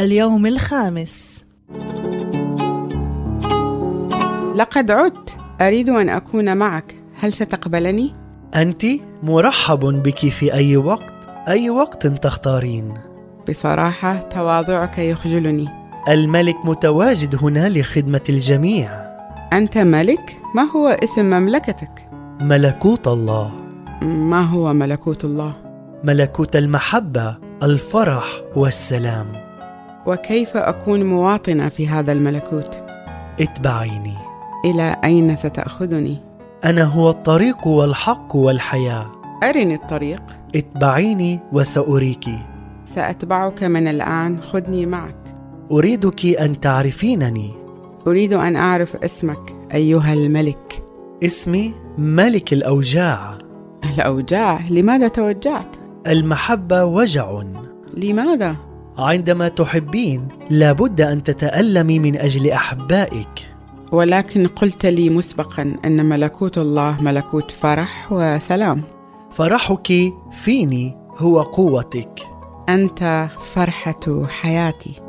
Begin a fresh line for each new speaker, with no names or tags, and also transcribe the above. اليوم الخامس
لقد عدت أريد أن أكون معك هل ستقبلني؟
أنت مرحب بك في أي وقت أي وقت تختارين
بصراحة تواضعك يخجلني
الملك متواجد هنا لخدمة الجميع
أنت ملك؟ ما هو اسم مملكتك؟
ملكوت الله
ما هو ملكوت الله؟
ملكوت المحبة الفرح والسلام
وكيف أكون مواطنة في هذا الملكوت؟
اتبعيني
إلى أين ستأخذني؟
أنا هو الطريق والحق والحياة
أرني الطريق
اتبعيني وسأريك
سأتبعك من الآن خذني معك
أريدك أن تعرفينني
أريد أن أعرف اسمك أيها الملك
اسمي ملك الأوجاع
الأوجاع لماذا توجعت؟
المحبة وجع
لماذا؟
عندما تحبين لابد أن تتألمي من أجل أحبائك
ولكن قلت لي مسبقا أن ملكوت الله ملكوت فرح وسلام
فرحك فيني هو قوتك
أنت فرحة حياتي